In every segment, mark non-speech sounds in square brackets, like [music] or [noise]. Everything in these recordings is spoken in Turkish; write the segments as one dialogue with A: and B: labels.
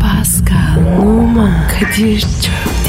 A: Pascal, Oman, Kadir çok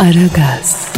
A: Aragaz,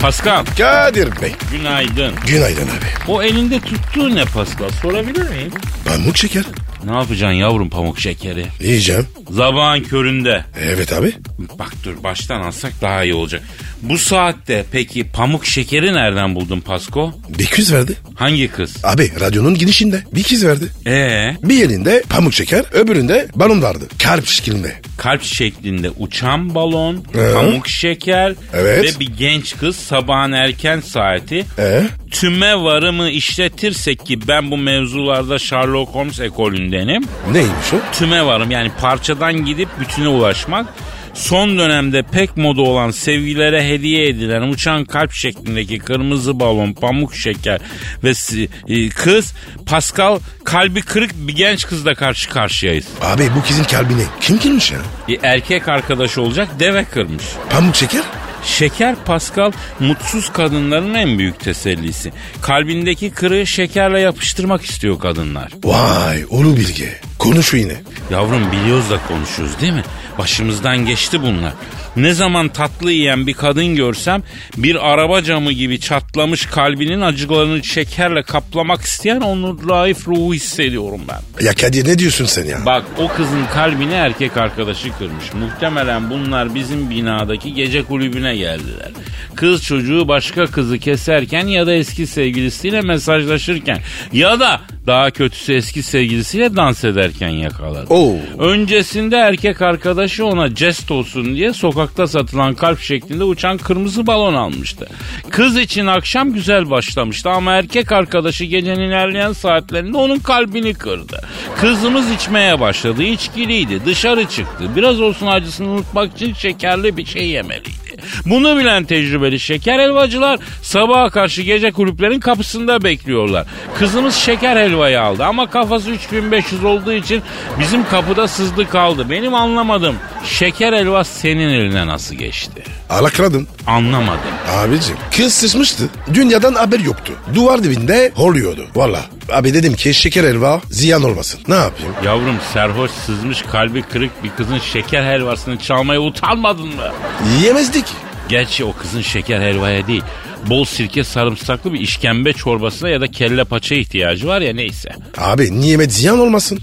B: Pascal
C: Kadir Bey.
B: günaydın.
C: Günaydın abi.
B: O elinde tuttuğu ne Pascal sorabilir miyim?
C: Pamuk şeker.
B: Ne yapacaksın yavrum pamuk şekeri?
C: Yiyeceğim.
B: Zabağın köründe.
C: Evet abi.
B: Bak dur baştan alsak daha iyi olacak. Bu saatte peki pamuk şekeri nereden buldun Pasko?
C: Bir kız verdi.
B: Hangi kız?
C: Abi radyonun girişinde bir kız verdi.
B: Ee,
C: Bir elinde pamuk şeker öbüründe balon vardı. Kalp şeklinde.
B: kalp şeklinde uçan balon,
C: Ee?
B: pamuk şeker
C: Evet.
B: ve bir genç kız sabahın erken saati
C: Ee?
B: tüme varımı işletirsek ki ben bu mevzularda Sherlock Holmes ekolündenim.
C: Neymiş o?
B: tüme varım. Yani parçadan gidip bütüne ulaşmak. Son dönemde pek moda olan sevgilere hediye edilen uçan kalp şeklindeki kırmızı balon, pamuk şeker ve si- e, kız Pascal kalbi kırık bir genç kızla karşı karşıyayız.
C: Abi bu kızın kalbini kim kırmış ya?
B: E, erkek arkadaş olacak deve kırmış.
C: Pamuk şeker?
B: Şeker Pascal mutsuz kadınların en büyük tesellisi. Kalbindeki kırığı şekerle yapıştırmak istiyor kadınlar.
C: Vay ulu bilgi. Konuş yine.
B: Yavrum biliyoruz da konuşuyoruz değil mi? Başımızdan geçti bunlar. Ne zaman tatlı yiyen bir kadın görsem bir araba camı gibi çatlamış kalbinin acılarını şekerle kaplamak isteyen onu laif ruhu hissediyorum ben.
C: Ya Kadir ne diyorsun sen ya?
B: Bak o kızın kalbini erkek arkadaşı kırmış. Muhtemelen bunlar bizim binadaki gece kulübüne geldiler. Kız çocuğu başka kızı keserken ya da eski sevgilisiyle mesajlaşırken ya da daha kötüsü eski sevgilisiyle dans ederken yakaladı.
C: Oo.
B: Öncesinde erkek arkadaşı ona jest olsun diye sokakta satılan kalp şeklinde uçan kırmızı balon almıştı. Kız için akşam güzel başlamıştı ama erkek arkadaşı gecenin ilerleyen saatlerinde onun kalbini kırdı. Kızımız içmeye başladı, içkiliydi, dışarı çıktı. Biraz olsun acısını unutmak için şekerli bir şey yemeliydi. Bunu bilen tecrübeli şeker helvacılar sabaha karşı gece kulüplerin kapısında bekliyorlar. Kızımız şeker helvayı aldı ama kafası 3500 olduğu için bizim kapıda sızdı kaldı. Benim anlamadım. Şeker helva senin eline nasıl geçti?
C: Alakladın.
B: Anlamadım.
C: Abicim kız sıçmıştı. Dünyadan haber yoktu. Duvar dibinde horluyordu. Valla. Abi dedim ki şeker helva ziyan olmasın. Ne yapayım?
B: Yavrum serhoş sızmış kalbi kırık bir kızın şeker helvasını çalmaya utanmadın mı?
C: Yiyemezdik.
B: Gerçi o kızın şeker helvaya değil. Bol sirke sarımsaklı bir işkembe çorbasına ya da kelle paça ihtiyacı var ya neyse.
C: Abi nimet ziyan olmasın.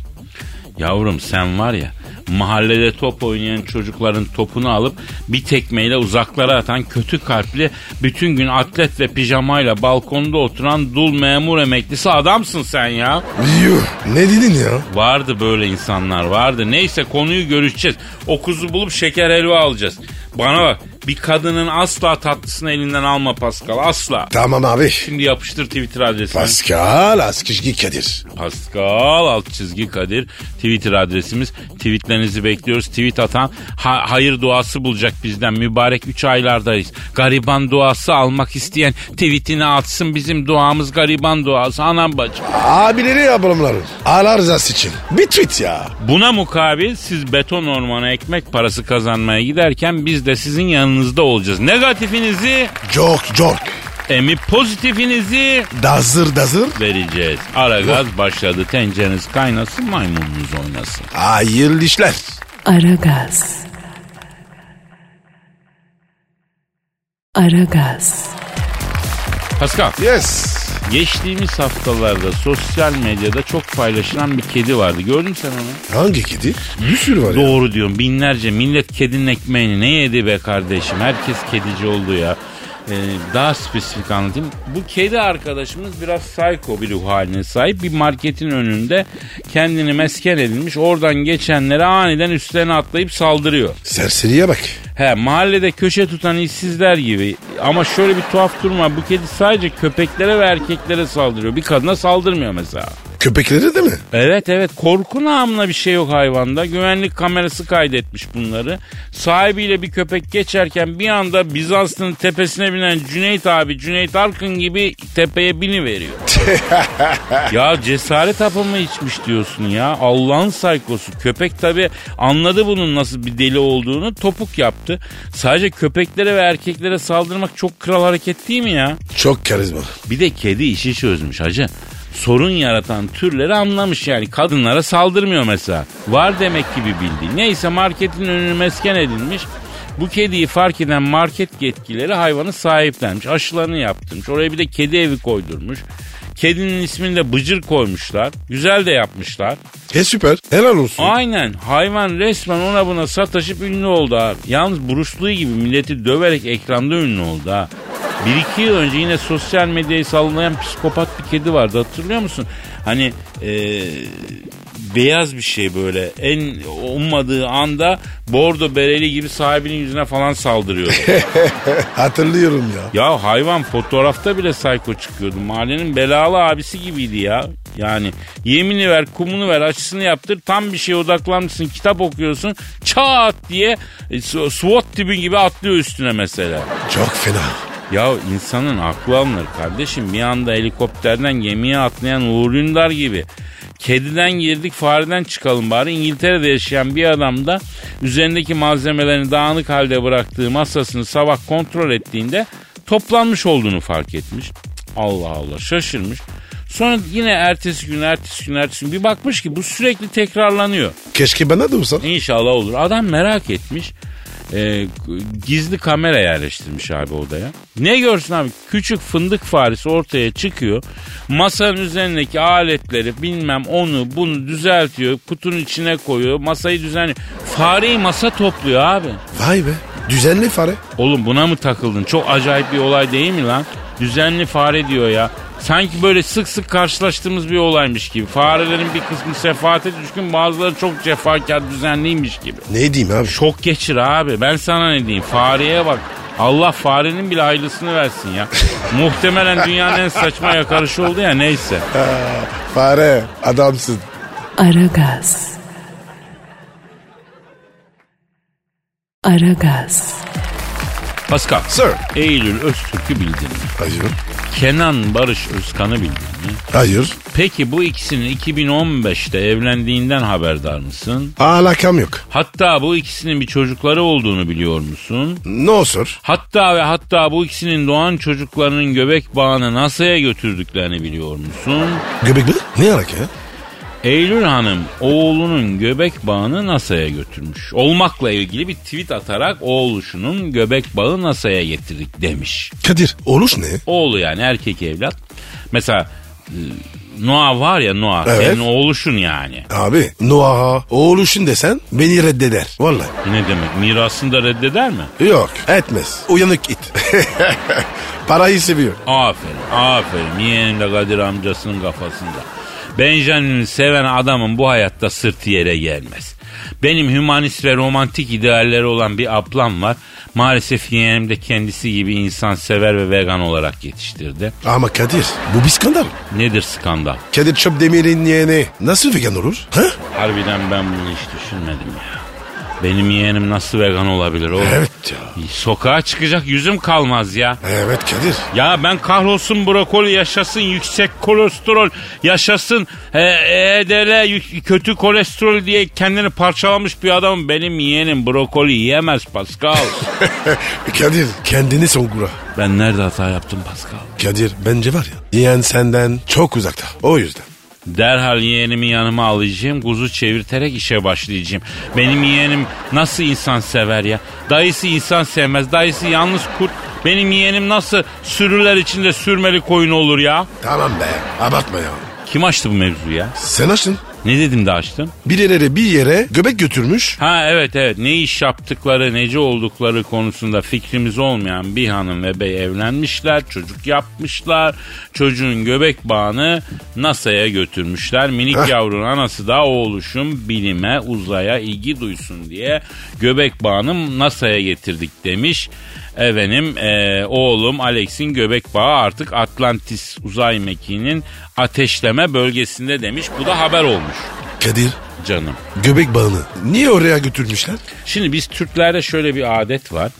B: Yavrum sen var ya mahallede top oynayan çocukların topunu alıp bir tekmeyle uzaklara atan kötü kalpli bütün gün atlet ve pijamayla balkonda oturan dul memur emeklisi adamsın sen ya.
C: Yuh. Ne dedin ya?
B: Vardı böyle insanlar vardı. Neyse konuyu görüşeceğiz. O kuzu bulup şeker helva alacağız. Bana bak bir kadının asla tatlısını elinden alma Pascal asla.
C: Tamam abi.
B: Şimdi yapıştır Twitter adresini.
C: Pascal Askışgi Kadir.
B: Pascal alt çizgi Kadir Twitter adresimiz. Tweetlerinizi bekliyoruz. Tweet atan ha- hayır duası bulacak bizden. Mübarek 3 aylardayız. Gariban duası almak isteyen tweetini atsın. Bizim duamız gariban duası. Anam bacım.
C: Abileri ablamları. Allah rızası için. Bir tweet ya.
B: Buna mukabil siz beton ormana ekmek parası kazanmaya giderken biz de sizin yanınızda olacağız. Negatifinizi,
C: Jork jork.
B: emi pozitifinizi
C: Dazır dazır.
B: vereceğiz. Ara gaz başladı. Tencereniz kaynasın, maymununuz oynasın.
C: Hayırlı işler.
A: Aragaz. Aragaz,
B: Pascal.
C: Yes.
B: Geçtiğimiz haftalarda sosyal medyada çok paylaşılan bir kedi vardı. Gördün mü sen onu?
C: Hangi kedi? Bir sürü var ya.
B: Doğru diyorum. Binlerce millet kedinin ekmeğini ne yedi be kardeşim? Herkes kedici oldu ya. Ee, daha spesifik anlatayım. Bu kedi arkadaşımız biraz psycho bir ruh haline sahip. Bir marketin önünde kendini mesken edilmiş. Oradan geçenlere aniden üstlerine atlayıp saldırıyor.
C: Serseriye bak.
B: He mahallede köşe tutan işsizler gibi. Ama şöyle bir tuhaf durum var. Bu kedi sadece köpeklere ve erkeklere saldırıyor. Bir kadına saldırmıyor mesela.
C: Köpekleri de mi?
B: Evet evet korku namına bir şey yok hayvanda. Güvenlik kamerası kaydetmiş bunları. Sahibiyle bir köpek geçerken bir anda Bizans'ın tepesine binen Cüneyt abi Cüneyt Arkın gibi tepeye bini veriyor. ya cesaret hapı mı içmiş diyorsun ya. Allah'ın saykosu. Köpek tabi anladı bunun nasıl bir deli olduğunu topuk yaptı. Sadece köpeklere ve erkeklere saldırmak çok kral hareket değil mi ya?
C: Çok karizma.
B: Bir de kedi işi çözmüş hacı. Sorun yaratan türleri anlamış yani. Kadınlara saldırmıyor mesela. Var demek gibi bildi. Neyse marketin önünü mesken edilmiş. Bu kediyi fark eden market yetkilileri hayvanı sahiplenmiş. Aşılarını yaptırmış. Oraya bir de kedi evi koydurmuş. Kedinin ismini de Bıcır koymuşlar. Güzel de yapmışlar.
C: E süper. Helal olsun.
B: Aynen hayvan resmen ona buna sataşıp ünlü oldu abi. Yalnız Bruce Lee gibi milleti döverek ekranda ünlü oldu ha. Bir iki yıl önce yine sosyal medyayı sallayan psikopat bir kedi vardı hatırlıyor musun? Hani eee, beyaz bir şey böyle en ummadığı anda bordo bereli gibi sahibinin yüzüne falan saldırıyordu.
C: Hatırlıyorum ya.
B: Ya hayvan fotoğrafta bile sayko çıkıyordu. Mahallenin belalı abisi gibiydi ya. Yani yemini ver, kumunu ver, açısını yaptır. Tam bir şeye odaklanmışsın, kitap okuyorsun. Çat diye e, S- SWAT tipi gibi atlıyor üstüne mesela.
C: Çok fena.
B: Ya insanın aklı alınır kardeşim. Bir anda helikopterden gemiye atlayan Uğur Ündar gibi. Kediden girdik fareden çıkalım bari. İngiltere'de yaşayan bir adam da üzerindeki malzemelerini dağınık halde bıraktığı masasını sabah kontrol ettiğinde toplanmış olduğunu fark etmiş. Cık, Allah Allah şaşırmış. Sonra yine ertesi gün ertesi gün ertesi gün bir bakmış ki bu sürekli tekrarlanıyor.
C: Keşke bana da olsa.
B: İnşallah olur. Adam merak etmiş. Ee, gizli kamera yerleştirmiş abi odaya. Ne görsün abi? Küçük fındık faresi ortaya çıkıyor. Masanın üzerindeki aletleri bilmem onu bunu düzeltiyor. Kutunun içine koyuyor. Masayı düzenliyor. Fareyi masa topluyor abi.
C: Vay be. Düzenli fare.
B: Oğlum buna mı takıldın? Çok acayip bir olay değil mi lan? Düzenli fare diyor ya. Sanki böyle sık sık karşılaştığımız bir olaymış gibi. Farelerin bir kısmı sefahate düşkün bazıları çok cefakar düzenliymiş gibi.
C: Ne diyeyim abi? Şok.
B: Şok geçir abi. Ben sana ne diyeyim? Fareye bak. Allah farenin bile hayırlısını versin ya. Muhtemelen dünyanın en saçma yakarışı oldu ya neyse.
C: Fare. Adamsın.
A: Aragaz. Aragaz.
B: Pascal.
C: Sir.
B: Eylül Öztürk'ü bildin mi?
C: Hayır.
B: Kenan Barış Özkan'ı bildin mi?
C: Hayır.
B: Peki bu ikisinin 2015'te evlendiğinden haberdar mısın?
C: Alakam yok.
B: Hatta bu ikisinin bir çocukları olduğunu biliyor musun?
C: No sir.
B: Hatta ve hatta bu ikisinin doğan çocuklarının göbek bağını NASA'ya götürdüklerini biliyor musun?
C: Göbek mi? Ne alaka ya?
B: Eylül Hanım oğlunun göbek bağını NASA'ya götürmüş. Olmakla ilgili bir tweet atarak oğluşunun göbek bağı NASA'ya getirdik demiş.
C: Kadir. Oluş ne?
B: Oğlu yani erkek evlat. Mesela e, Noah var ya Noah
C: Evet.
B: senin oğluşun yani.
C: Abi. Noah. Oluşun desen beni reddeder. Vallahi.
B: Ne demek mirasını da reddeder mi?
C: Yok. Etmez. Uyanık it. [laughs] Parayı seviyor.
B: Aferin aferin yeğenim de Kadir amcasının kafasında. Benjamin'i seven adamın bu hayatta sırtı yere gelmez. Benim hümanist ve romantik idealleri olan bir ablam var. Maalesef yeğenim de kendisi gibi insan sever ve vegan olarak yetiştirdi.
C: Ama Kadir. Bu bir skandal.
B: Nedir skandal?
C: Kadir Çöpdemir'in yeğeni nasıl vegan olur? Ha?
B: Harbiden ben bunu hiç düşünmedim ya. Benim yeğenim nasıl vegan olabilir oğlum?
C: Evet ya.
B: Sokağa çıkacak yüzüm kalmaz ya.
C: Evet Kadir. [laughs]
B: Ya ben kahrolsun brokoli yaşasın yüksek kolesterol yaşasın e, EDL yük- kötü kolesterol diye kendini parçalamış bir adam benim yeğenim brokoli yiyemez Pascal.
C: Kadir kendini songura.
B: [laughs] ben nerede hata yaptım Pascal?
C: Kadir bence var ya yeğen senden çok uzakta. O yüzden.
B: Derhal yeğenimi yanıma alacağım. Kuzu çevirterek işe başlayacağım. Benim yeğenim nasıl insan sever ya? Dayısı insan sevmez. Dayısı yalnız kurt. Benim yeğenim nasıl sürüler içinde sürmeli koyun olur ya?
C: Tamam be abartma ya.
B: Kim açtı bu mevzuyu ya?
C: Sen açtın.
B: Ne dedim de açtım?
C: Bir yere bir yere göbek götürmüş.
B: Ha evet evet ne iş yaptıkları nece oldukları konusunda fikrimiz olmayan bir hanım ve bey evlenmişler çocuk yapmışlar çocuğun göbek bağını NASA'ya götürmüşler minik
C: Heh.
B: yavrunun anası da oğluşum bilime uzaya ilgi duysun diye göbek bağını NASA'ya getirdik demiş. Efendim e, oğlum Alex'in göbek bağı artık Atlantis uzay mekiğinin ateşleme bölgesinde demiş. Bu da haber olmuş
C: Kadir
B: canım.
C: göbek bağını niye oraya götürmüşler?
B: Şimdi biz Türklerde şöyle bir adet var.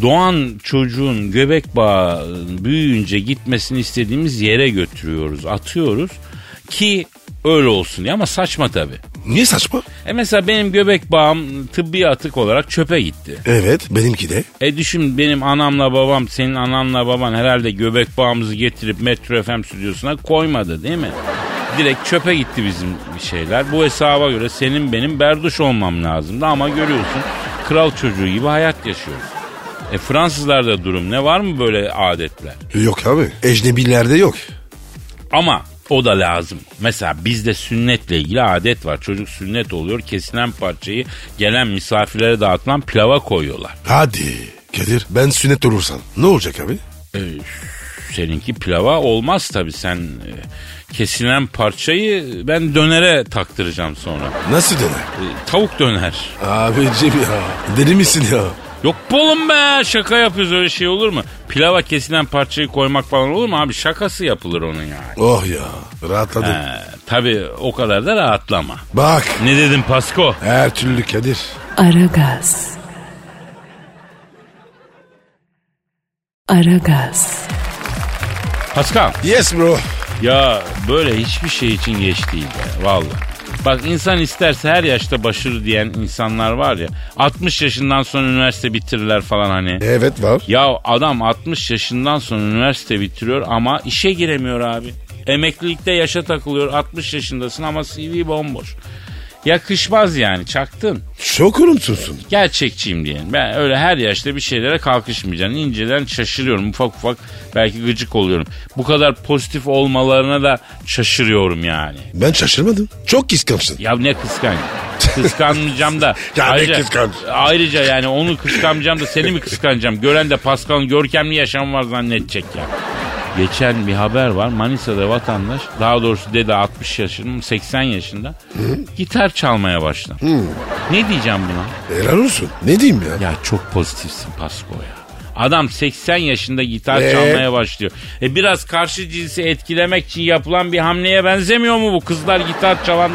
B: Doğan çocuğun göbek bağı büyüyünce gitmesini istediğimiz yere götürüyoruz, atıyoruz ki öyle olsun diye ama saçma tabii.
C: Niye saçma?
B: E mesela benim göbek bağım tıbbi atık olarak çöpe gitti.
C: Evet benimki de.
B: E düşün benim anamla babam, senin ananla baban herhalde göbek bağımızı getirip Metro FM stüdyosuna koymadı değil mi? Direkt çöpe gitti bizim şeyler. Bu hesaba göre senin benim berduş olmam lazımdı ama görüyorsun kral çocuğu gibi hayat yaşıyoruz. E Fransızlarda durum ne var mı böyle adetler?
C: Yok abi ecnebilerde yok.
B: Ama o da lazım. Mesela bizde sünnetle ilgili adet var. Çocuk sünnet oluyor. Kesilen parçayı gelen misafirlere dağıtılan pilava koyuyorlar.
C: Hadi Kadir ben sünnet olursam ne olacak abi?
B: Ee, Seninki pilava olmaz tabii. Sen e, kesilen parçayı ben dönere taktıracağım sonra.
C: Nasıl döner?
B: E, tavuk döner.
C: Abicim ya deli misin ya?
B: Yok bu oğlum be şaka yapıyoruz öyle şey olur mu? Pilava kesilen parçayı koymak falan olur mu abi? Şakası yapılır onun yani.
C: Oh ya rahatladım.
B: E, tabii o kadar da rahatlama.
C: Bak
B: Ne dedim Pasko?
C: her türlü Kadir.
A: Aragaz. Aragaz.
B: Pascal.
C: Yes bro.
B: Ya böyle hiçbir şey için geç değil be valla. Bak insan isterse her yaşta başarı diyen insanlar var ya 60 yaşından sonra üniversite bitirirler falan hani.
C: Evet var.
B: Ya adam 60 yaşından sonra üniversite bitiriyor ama işe giremiyor abi. Emeklilikte yaşa takılıyor 60 yaşındasın ama CV bomboş. Yakışmaz yani çaktın.
C: Çok olumsuzsun.
B: Gerçekçiyim diyelim. Ben öyle her yaşta bir şeylere kalkışmayacağım. İnceden şaşırıyorum ufak ufak. Belki gıcık oluyorum. Bu kadar pozitif olmalarına da şaşırıyorum yani.
C: Ben şaşırmadım. Çok kıskançsın.
B: Ya ne kıskanç. Kıskanmayacağım da.
C: [laughs] Ya ne kıskanç.
B: Ayrıca yani onu kıskanmayacağım da seni mi kıskanacağım? Gören de Pascal'ın görkemli yaşamı var zannedecek ya. Geçen bir haber var. Manisa'da vatandaş daha doğrusu dede 60 yaşında 80 yaşında gitar çalmaya başladı. Ne diyeceğim buna?
C: Helal olsun. Ne diyeyim ya?
B: Ya çok pozitifsin Pasko ya. Adam 80 yaşında gitar
C: Ee?
B: çalmaya başlıyor. E biraz karşı cinsi etkilemek için yapılan bir hamleye benzemiyor mu bu? Kızlar gitar çalan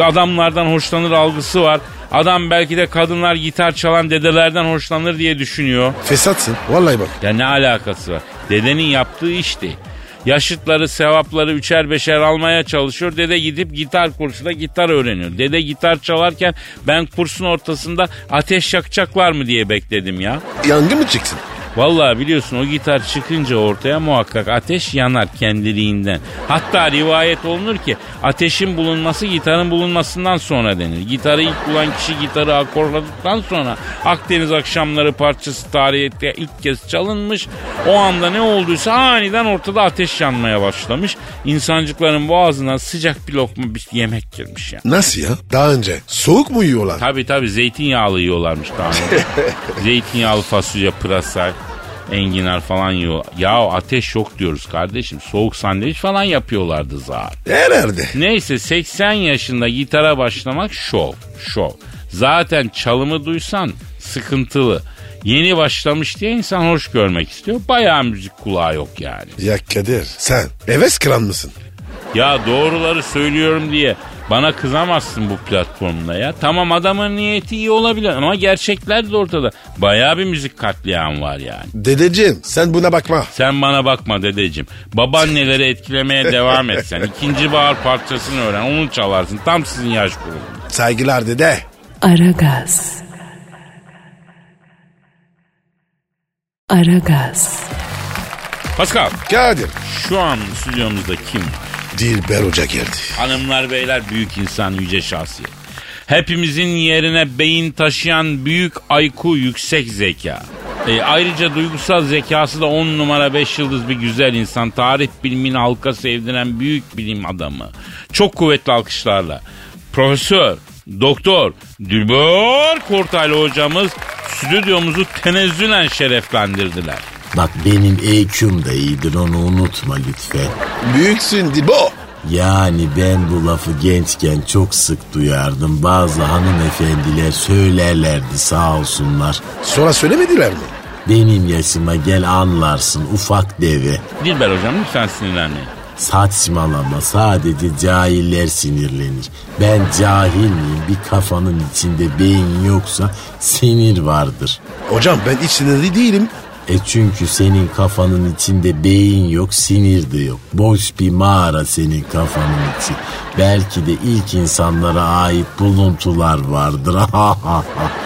B: adamlardan hoşlanır algısı var. Adam belki de kadınlar gitar çalan dedelerden hoşlanır diye düşünüyor.
C: Fesatsın. Vallahi bak.
B: Ya ne alakası var? Dedenin yaptığı işti. Yaşıtları sevapları üçer beşer almaya çalışıyor. Dede gidip gitar kursuna gitar öğreniyor. Dede gitar çalarken ben kursun ortasında ateş yakacaklar mı diye bekledim ya.
C: Yangın mı çıksın?
B: Vallahi biliyorsun o gitar çıkınca ortaya muhakkak ateş yanar kendiliğinden. Hatta rivayet olunur ki ateşin bulunması gitarın bulunmasından sonra denir. Gitarı ilk bulan kişi gitarı akorladıktan sonra Akdeniz akşamları parçası tarihte ilk kez çalınmış. O anda ne olduysa aniden ortada ateş yanmaya başlamış. İnsancıkların boğazına sıcak bir lokma bir yemek girmiş ya.
C: Nasıl ya? Daha önce soğuk mu yiyorlar?
B: Tabi tabi zeytinyağlı yiyorlarmış daha önce. zeytinyağlı fasulye, pırasa, enginar falan yiyor. Ya ateş yok diyoruz kardeşim. Soğuk sandviç falan yapıyorlardı zar.
C: Herhalde.
B: Neyse 80 yaşında gitara başlamak şov, şov. Zaten çalımı duysan sıkıntılı. Yeni başlamış diye insan hoş görmek istiyor. Bayağı müzik kulağı yok yani.
C: Ya Kadir sen heves kıran mısın?
B: Ya doğruları söylüyorum diye bana kızamazsın bu platformda ya. Tamam adamın niyeti iyi olabilir ama gerçekler de ortada. Bayağı bir müzik katliam var yani.
C: Dedeciğim sen buna bakma.
B: Sen bana bakma dedeciğim. Babaanneleri etkilemeye devam et sen. İkinci bahar parçasını öğren onu çalarsın. Tam sizin yaş grubunuz.
C: Saygılar dede.
A: Aragaz. Aragaz.
B: Pascal
C: Kadir.
B: şu an stüdyomuzda kim var?
C: Dilber Hoca geldi.
B: Hanımlar beyler büyük insan yüce şahsiyet. Hepimizin yerine beyin taşıyan büyük IQ yüksek zeka. E, ayrıca duygusal zekası da 10 numara 5 yıldız bir güzel insan. Tarih bilimini halka sevdiren büyük bilim adamı. Çok kuvvetli alkışlarla. Profesör, doktor, Dilber Kortaylı hocamız stüdyomuzu tenezzülen şereflendirdiler.
D: Bak benim EQ'm da iyidir onu unutma lütfen.
C: Büyüksün Dilbo.
D: Yani ben bu lafı gençken çok sık duyardım. Bazı hanımefendiler söylerlerdi sağ olsunlar.
C: Sonra söylemediler mi?
D: Benim yaşıma gel anlarsın ufak deve.
B: Dilber hocam lütfen sinirlenmeyin.
D: Saçmalama sadece cahiller sinirlenir. Ben cahil miyim? Bir kafanın içinde beyin yoksa sinir vardır.
C: Hocam ben hiç sinirli değilim.
D: E çünkü senin kafanın içinde beyin yok, sinir de yok. Boş bir mağara senin kafanın içi. Belki de ilk insanlara ait buluntular vardır. [laughs]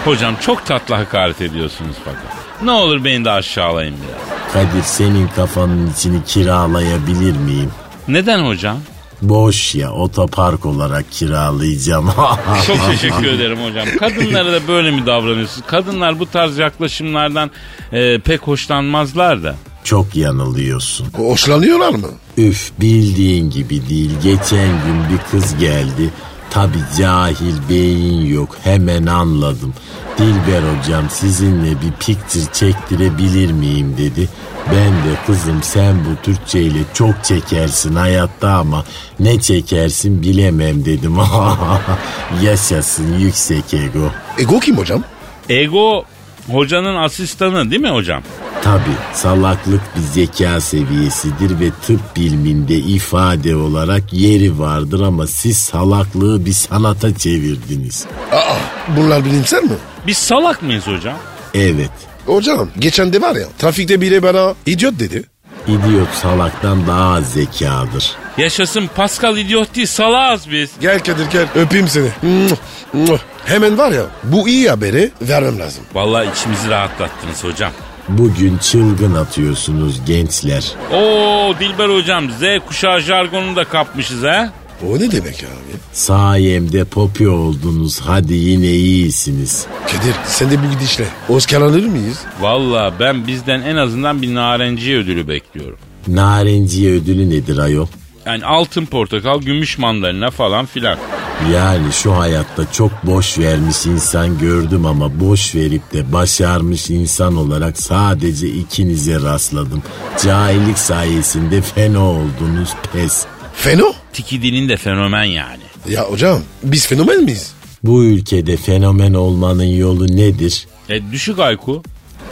B: Hocam çok tatlı hakaret ediyorsunuz fakat. Ne olur beni de aşağılayın biraz.
D: Kadir senin kafanın içini kiralayabilir miyim?
B: Neden hocam?
D: Boş ya otopark olarak kiralayacağım. [laughs]
B: Çok teşekkür ederim hocam. Kadınlara da böyle mi davranıyorsunuz? Kadınlar bu tarz yaklaşımlardan e, pek hoşlanmazlar da.
D: Çok yanılıyorsun.
C: Hoşlanıyorlar mı?
D: Üf bildiğin gibi değil. Geçen gün bir kız geldi. Tabi cahil beyin yok hemen anladım. Dilber hocam sizinle bir picture çektirebilir miyim dedi. Ben de kızım sen bu Türkçeyle çok çekersin hayatta ama ne çekersin bilemem dedim. [laughs] Yaşasın yüksek ego.
C: Ego kim hocam?
B: Ego hocanın asistanı değil mi hocam?
D: Tabi salaklık bir zeka seviyesidir ve tıp biliminde ifade olarak yeri vardır ama siz salaklığı bir sanata çevirdiniz.
C: Aa bunlar bilimsel mi?
B: Biz salak mıyız hocam?
D: Evet,
C: Hocam geçen de var ya trafikte biri bana idiot dedi.
D: idiot salaktan daha az zekadır.
B: Yaşasın Pascal idiot değil salağız biz.
C: Gel Kadir gel öpeyim seni. Mwah, mwah. Hemen var ya bu iyi haberi vermem lazım.
B: Vallahi içimizi rahatlattınız hocam.
D: Bugün çılgın atıyorsunuz gençler.
B: Oo Dilber hocam Z kuşağı jargonunu da kapmışız ha.
C: O ne demek abi?
D: Sayemde popi oldunuz hadi yine iyisiniz.
C: Kadir sen de bu gidişle Oscar alır mıyız?
B: Vallahi ben bizden en azından bir narenciye ödülü bekliyorum.
D: Narenciye ödülü nedir ayol?
B: Yani altın portakal, gümüş mandalina falan filan.
D: Yani şu hayatta çok boş vermiş insan gördüm ama boş verip de başarmış insan olarak sadece ikinize rastladım. Cahillik sayesinde fena oldunuz pes.
C: Feno?
B: Tikidinin de fenomen yani.
C: Ya hocam biz fenomen miyiz?
D: Bu ülkede fenomen olmanın yolu nedir?
B: E düşük IQ.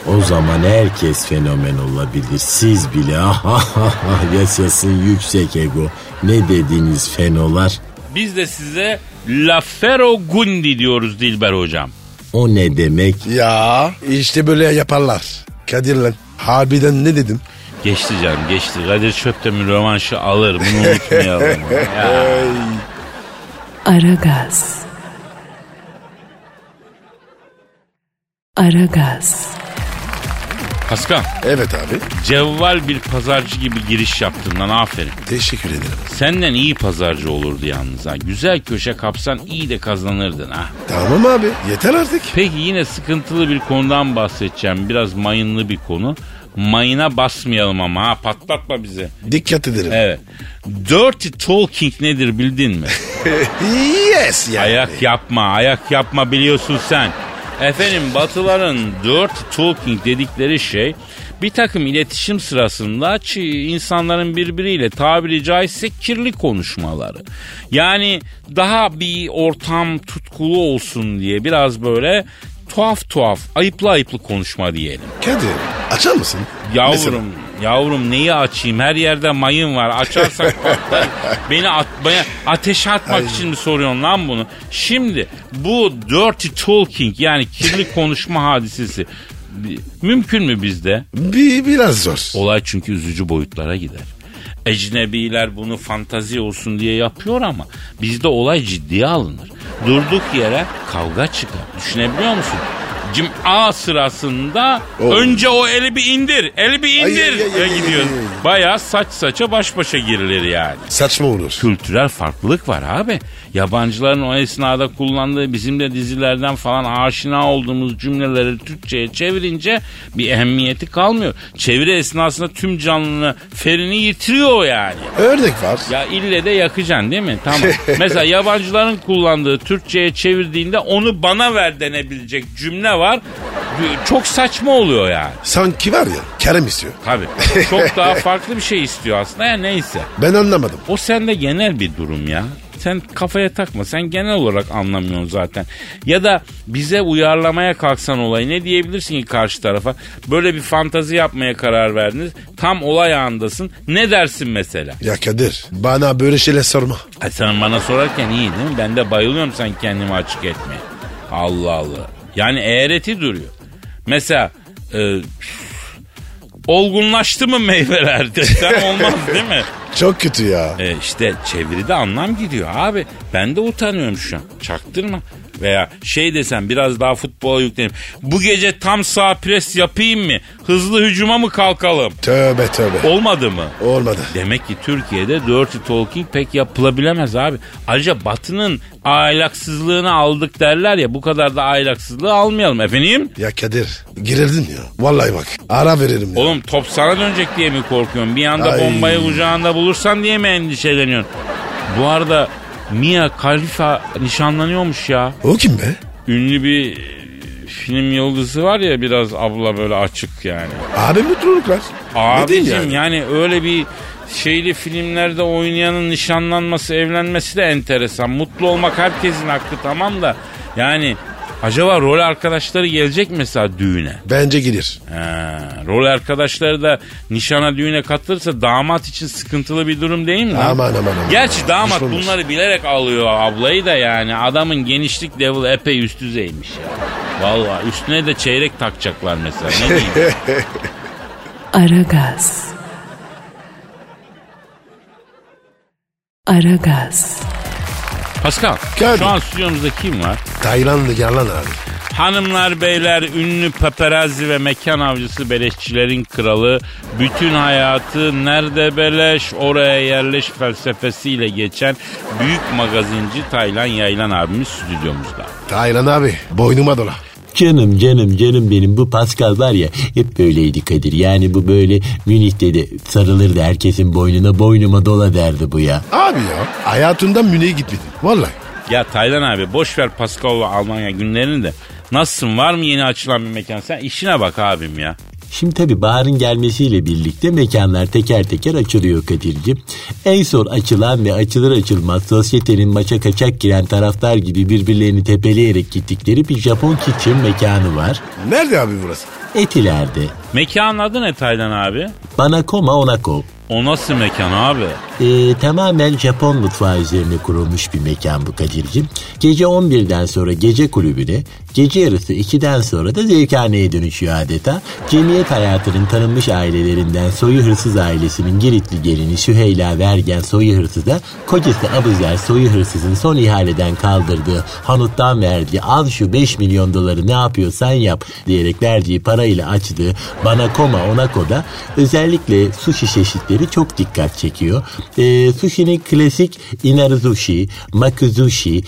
D: O zaman herkes fenomen olabilir. Siz bile yaşasın yüksek ego. Ne dediğiniz fenolar?
B: Biz de size Lafero Gundi diyoruz Dilber hocam.
D: O ne demek?
C: Ya işte böyle yaparlar. Kadir lan harbiden ne dedim?
B: Geçti canım geçti. Kadir Çöptemir rövanşı alır bunu unutmayalım. ya.
A: Aragaz. Aragaz.
B: Paskal
C: Evet abi
B: cevval bir pazarcı gibi giriş yaptın lan aferin.
C: teşekkür ederim.
B: Senden iyi pazarcı olurdu yalnız ha. Güzel köşe kapsan iyi de kazanırdın ha.
C: Tamam abi yeter artık.
B: Peki yine sıkıntılı bir konudan bahsedeceğim. Biraz mayınlı bir konu. Mayına basmayalım ama ha patlatma bizi.
C: Dikkat ederim.
B: Evet. Dirty talking nedir bildin mi?
C: Yes yani.
B: ayak yapma, ayak yapma biliyorsun sen. Efendim batıların dirty talking dedikleri şey bir takım iletişim sırasında çi- insanların birbiriyle tabiri caizse kirli konuşmaları. Yani daha bir ortam tutkulu olsun diye biraz böyle tuhaf tuhaf, ayıplı ayıplı konuşma diyelim.
C: Kadir açar mısın?
B: Yavrum,
C: Mesela.
B: yavrum neyi açayım? Her yerde mayın var. Açarsak patlar. Beni atmaya, ateşe atmak için mi soruyorsun lan bunu? Şimdi bu dirty talking yani kirli konuşma [laughs] hadisesi bi- mümkün mü bizde?
C: Bir, biraz zor.
B: Olay çünkü üzücü boyutlara gider. Ecnebiler bunu fantazi olsun diye yapıyor ama bizde olay ciddiye alınır. Durduk yere kavga çıkar. Düşünebiliyor musun? Cima sırasında
C: Oo.
B: önce o eli bir indir, eli bir
C: Ay,
B: indir
C: ay, ay,
B: ya
C: ay,
B: gidiyor.
C: ay, ay.
B: Bayağı saç saça baş başa girilir yani.
C: Saçma olur.
B: Kültürel farklılık var abi. Yabancıların o esnada kullandığı bizim de dizilerden falan aşina olduğumuz cümleleri Türkçe'ye çevirince bir ehemmiyeti kalmıyor. Çeviri esnasında tüm canlını ferini yitiriyor yani.
C: Ördek var.
B: Ya ille de yakacaksın değil mi? Tamam. Mesela yabancıların kullandığı Türkçe'ye çevirdiğinde onu bana ver denebilecek cümle var. Çok saçma oluyor yani.
C: Sanki var ya kerem istiyor.
B: Tabii. Çok daha farklı bir şey istiyor aslında ya neyse.
C: Ben anlamadım.
B: O sende genel bir durum ya. Sen kafaya takma. Sen genel olarak anlamıyorsun zaten. Ya da bize uyarlamaya kalksan olayı ne diyebilirsin ki karşı tarafa? Böyle bir fantazi yapmaya karar verdiniz. Tam olay anındasın. Ne dersin mesela?
C: Ya Kadir bana böyle şeyler sorma.
B: Ha, sen bana sorarken iyi değil mi? Ben de bayılıyorum sen kendimi açık etmeye. Allah Allah. Yani eğreti duruyor. Mesela e, olgunlaştı mı meyveler [laughs] desem olmaz değil mi?
C: Çok kötü ya.
B: E, işte çeviride anlam gidiyor abi. Ben de utanıyorum şu an. Çaktırma. Veya şey desem biraz daha futbola yükleneyim. Bu gece tam sağ pres yapayım mı? Hızlı hücuma mı kalkalım?
C: Tövbe tövbe.
B: Olmadı mı?
C: Olmadı.
B: Demek ki Türkiye'de dirty talking pek yapılabilemez abi. Ayrıca batının aylaksızlığını aldık derler ya bu kadar da aylaksızlığı almayalım efendim.
C: Ya Kadir girirdin ya. Vallahi bak ara veririm ya.
B: Oğlum top sana dönecek diye mi korkuyorsun? Bir anda
C: Ay.
B: bombayı kucağında bulursan diye mi endişeleniyorsun? Bu arada Mia Khalifa nişanlanıyormuş ya.
C: O kim be?
B: Ünlü bir e, film yıldızı var ya biraz abla böyle açık yani.
C: Abi mutluluklar. Ne diyeyim
B: Abicim yani? öyle bir şeyli filmlerde oynayanın nişanlanması, evlenmesi de enteresan. Mutlu olmak herkesin hakkı tamam da yani acaba rol arkadaşları gelecek mi mesela düğüne.
C: Bence gelir.
B: Ha, rol arkadaşları da nişana düğüne katılırsa damat için sıkıntılı bir durum değil mi? lan?
C: Aman aman aman.
B: Gerçi damat
C: Düşmanmış.
B: bunları bilerek alıyor ablayı da yani adamın genişlik level epey üst düzeymiş ya. Valla üstüne de çeyrek takacaklar mesela ne diyeyim.
C: [laughs]
A: Aragaz. Aragaz.
B: Pascal
C: Geldim.
B: şu an stüdyomuzda kim var?
C: Taylandlı yalan abi.
B: Hanımlar beyler ünlü paparazzi ve mekan avcısı beleşçilerin kralı bütün hayatı nerede beleş oraya yerleş felsefesiyle geçen büyük magazinci Taylan Yaylan abimiz stüdyomuzda.
C: Taylan abi boynuma dola.
D: Canım canım canım benim bu Pascal var ya hep böyleydi Kadir. Yani bu böyle Münih'te de sarılırdı herkesin boynuna boynuma dola derdi bu ya.
C: Abi ya hayatımda Münih'e gitmedim. Vallahi.
B: Ya Taylan abi boş ver Pascal'la Almanya günlerini de nasılsın var mı yeni açılan bir mekan sen işine bak abim ya.
D: Şimdi tabi baharın gelmesiyle birlikte mekanlar teker teker açılıyor Kadir'cim. En son açılan ve açılır açılmaz sosyetenin maça kaçak giren taraftar gibi birbirlerini tepeleyerek gittikleri bir Japon kitchen mekanı var.
C: Nerede abi burası?
D: Etiler'de.
B: Mekanın adı ne Taylan abi?
D: Banakoma Onako.
B: O nasıl mekan abi?
D: Ee, tamamen Japon mutfağı üzerine kurulmuş bir mekan bu Kadir'cim. Gece 11'den sonra gece kulübüne, gece yarısı 2'den sonra da zevkhaneye dönüşüyor adeta. Cemiyet hayatının tanınmış ailelerinden Soyu Hırsız ailesinin Giritli gelini Süheyla Vergen Soyu Hırsız'a kocası Abuzer Soyu Hırsız'ın son ihaleden kaldırdığı hanuttan verdiği al şu 5 milyon doları ne yapıyorsan yap diyerek verdiği parayla açtığı Banakoma Onako'da özellikle sushi çeşitleri çok dikkat çekiyor. Ee, sushi'nin klasik inarizushi, makuzushi,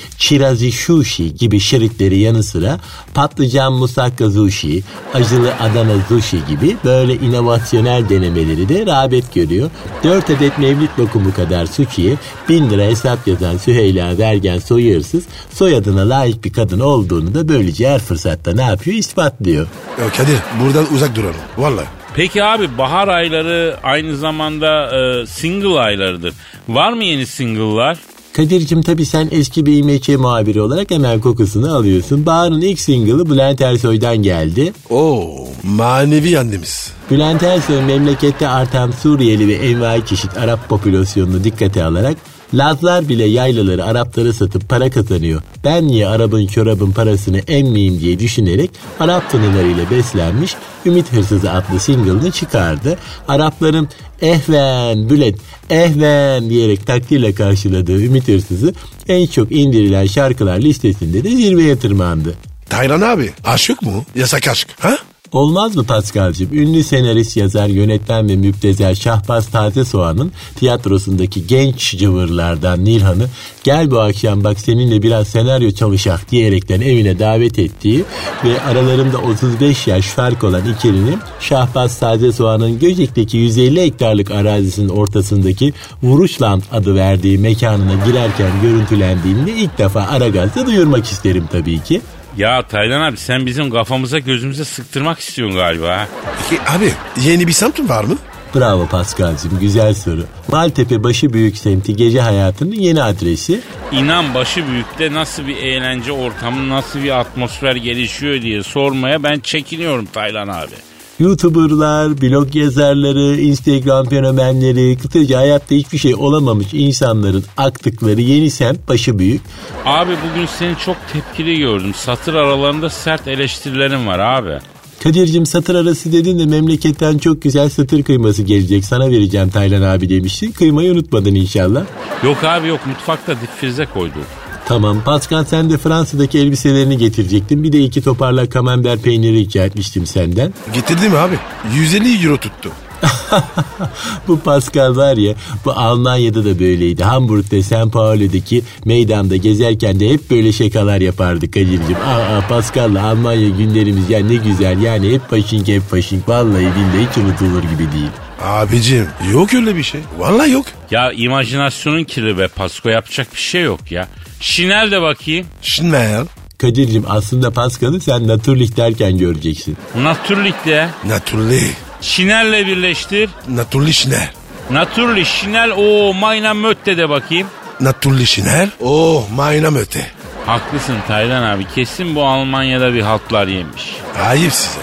D: chirazushi gibi şeritleri yanı sıra patlıcan musakka sushi, acılı Adana sushi gibi böyle inovasyonel denemeleri de rağbet görüyor. 4 adet mevlüt lokumu kadar sushi'ye 1000 lira hesap yazan Süheyla Vergen soyarsız soyadına layık bir kadın olduğunu da böylece her fırsatta ne yapıyor ispatlıyor.
C: Ya Kadir buradan uzak duralım. Vallahi.
B: Peki abi bahar ayları aynı zamanda e, single aylarıdır. Var mı yeni single'lar?
D: Kadir'cim tabi sen eski bir İMÇ muhabiri olarak hemen kokusunu alıyorsun. Bahar'ın ilk single'ı Bülent Ersoy'dan geldi.
C: Oo manevi annemiz.
D: Bülent Ersoy memlekette artan Suriyeli ve envai çeşit Arap popülasyonunu dikkate alarak Lazlar bile yaylaları Araplara satıp para kazanıyor. Ben niye Arap'ın çorabın parasını emmeyeyim diye düşünerek Arap tanılarıyla beslenmiş Ümit Hırsızı adlı single'ını çıkardı. Arapların ehven Bülent ehven diyerek takdirle karşıladığı Ümit Hırsızı en çok indirilen şarkılar listesinde de zirveye tırmandı.
C: Taylan abi aşık mı? Yasak aşk. Ha?
D: Olmaz mı Paskal'cığım? Ünlü senarist, yazar, yönetmen ve müptezel Şahbaz Taze Soğan'ın tiyatrosundaki genç cıvırlardan Nilhan'ı gel bu akşam bak seninle biraz senaryo çalışak diyerekten evine davet ettiği ve aralarında 35 yaş fark olan ikilinin Şahbaz Taze Soğan'ın Göcek'teki 150 hektarlık arazisinin ortasındaki Vuruşland adı verdiği mekanına girerken görüntülendiğini ilk defa Aragaz'da duyurmak isterim tabii ki.
B: Ya Taylan abi sen bizim kafamıza gözümüze sıktırmak istiyorsun galiba. ha.
C: Peki abi yeni bir semtin var mı?
D: Bravo Paskal'cığım güzel soru. Maltepe Başı Büyük semti gece hayatının yeni adresi.
B: İnan başı büyükte nasıl bir eğlence ortamı, nasıl bir atmosfer gelişiyor diye sormaya ben çekiniyorum Taylan abi.
D: YouTuber'lar, blog yazarları, Instagram fenomenleri, kısaca hayatta hiçbir şey olamamış insanların aktıkları yeni semt başı büyük.
B: Abi bugün seni çok tepkili gördüm. Satır aralarında sert eleştirilerin var abi.
D: Kadir'cim satır arası dedin de memleketten çok güzel satır kıyması gelecek. Sana vereceğim Taylan abi demiştin. Kıymayı unutmadın inşallah.
B: Yok abi yok mutfakta dipfrize koydu.
D: Tamam Pascal sen de Fransa'daki elbiselerini getirecektin. Bir de iki toparlak kamember peyniri rica etmiştim senden.
C: Getirdim abi. 150 euro tuttu.
D: [laughs] bu Pascal var ya bu Almanya'da da böyleydi. Hamburg'da San Paulo'daki meydanda gezerken de hep böyle şakalar yapardık Kadir'cim. Aa, aa Pascal'la Almanya günlerimiz ya ne güzel yani hep faşink hep faşink. Vallahi billahi hiç unutulur gibi değil.
C: Abicim yok öyle bir şey. Vallahi yok.
B: Ya imajinasyonun kirli be Pasko yapacak bir şey yok ya. Şinel de bakayım.
C: Şimdi ya.
D: Kadir'cim aslında Pascal'ı sen Naturlich derken göreceksin.
B: Naturlik de.
C: Naturli.
B: Şinelle birleştir.
C: Naturli şiner.
B: Naturli, şinel, o mayna mötte de bakayım.
C: Naturli şiner. Oh maynam öte.
B: Haklısın Taylan abi kesin bu Almanya'da bir haltlar yemiş.
C: Ayıp size.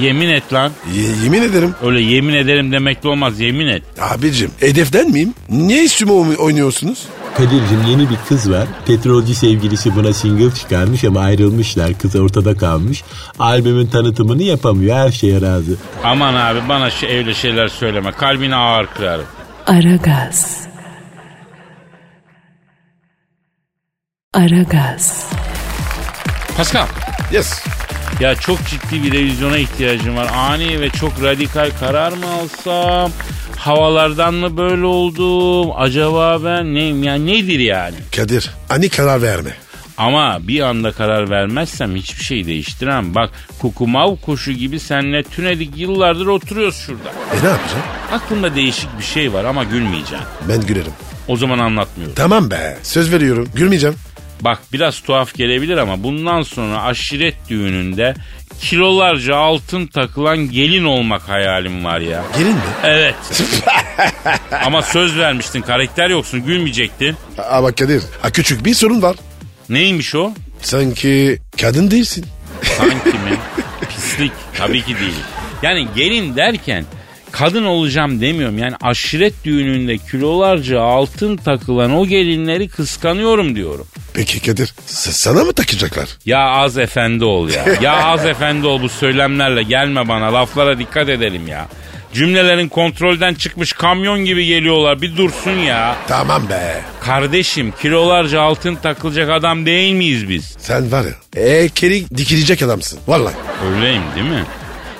B: Yemin et lan.
C: Ye- yemin ederim.
B: Öyle yemin ederim demekle olmaz yemin et.
C: Abicim hedefden miyim? Niye üstüme oy- oynuyorsunuz?
D: Kadir'cim yeni bir kız var. Petrolcü sevgilisi buna single çıkarmış ama ayrılmışlar. Kız ortada kalmış. Albümün tanıtımını yapamıyor. Her şeye razı.
B: Aman abi bana şu evli şeyler söyleme kalbini ağır kırarım.
A: Aragaz. Aragaz.
B: Pascal
C: Yes.
B: ya çok ciddi bir revizyona ihtiyacım var. Ani ve çok radikal karar mı alsam? Havalardan mı böyle oldum? Acaba ben neyim ya nedir yani?
C: Kadir hani karar verme.
B: Ama bir anda karar vermezsem hiçbir şey değiştiremem. Bak kukumav kuşu gibi senle tünedik yıllardır oturuyoruz şurada.
C: E ne yapacağım?
B: Aklımda değişik bir şey var ama gülmeyeceğim.
C: Ben gülerim.
B: O zaman anlatmıyorum.
C: Tamam be söz veriyorum gülmeyeceğim.
B: Bak biraz tuhaf gelebilir ama bundan sonra aşiret düğününde kilolarca altın takılan gelin olmak hayalim var ya.
C: Gelin mi? [laughs]
B: Evet. ama söz vermiştin karakter yoksun gülmeyecektin.
C: Aa bak Kadir ha, küçük bir sorun var.
B: Neymiş o?
C: Sanki kadın değilsin.
B: Sanki mi? Pislik. Tabii ki değil. Yani gelin derken kadın olacağım demiyorum. Yani aşiret düğününde kilolarca altın takılan o gelinleri kıskanıyorum diyorum.
C: Peki Kadir s- sana mı takacaklar?
B: Ya az efendi ol ya. Ya az efendi ol bu söylemlerle gelme bana. Laflara dikkat edelim ya. Cümlelerin kontrolden çıkmış kamyon gibi geliyorlar. Bir dursun ya.
C: Tamam be.
B: Kardeşim kilolarca altın takılacak adam değil miyiz biz?
C: Sen var ya heykeli E, dikilecek adamsın. Vallahi.
B: Öyleyim değil mi?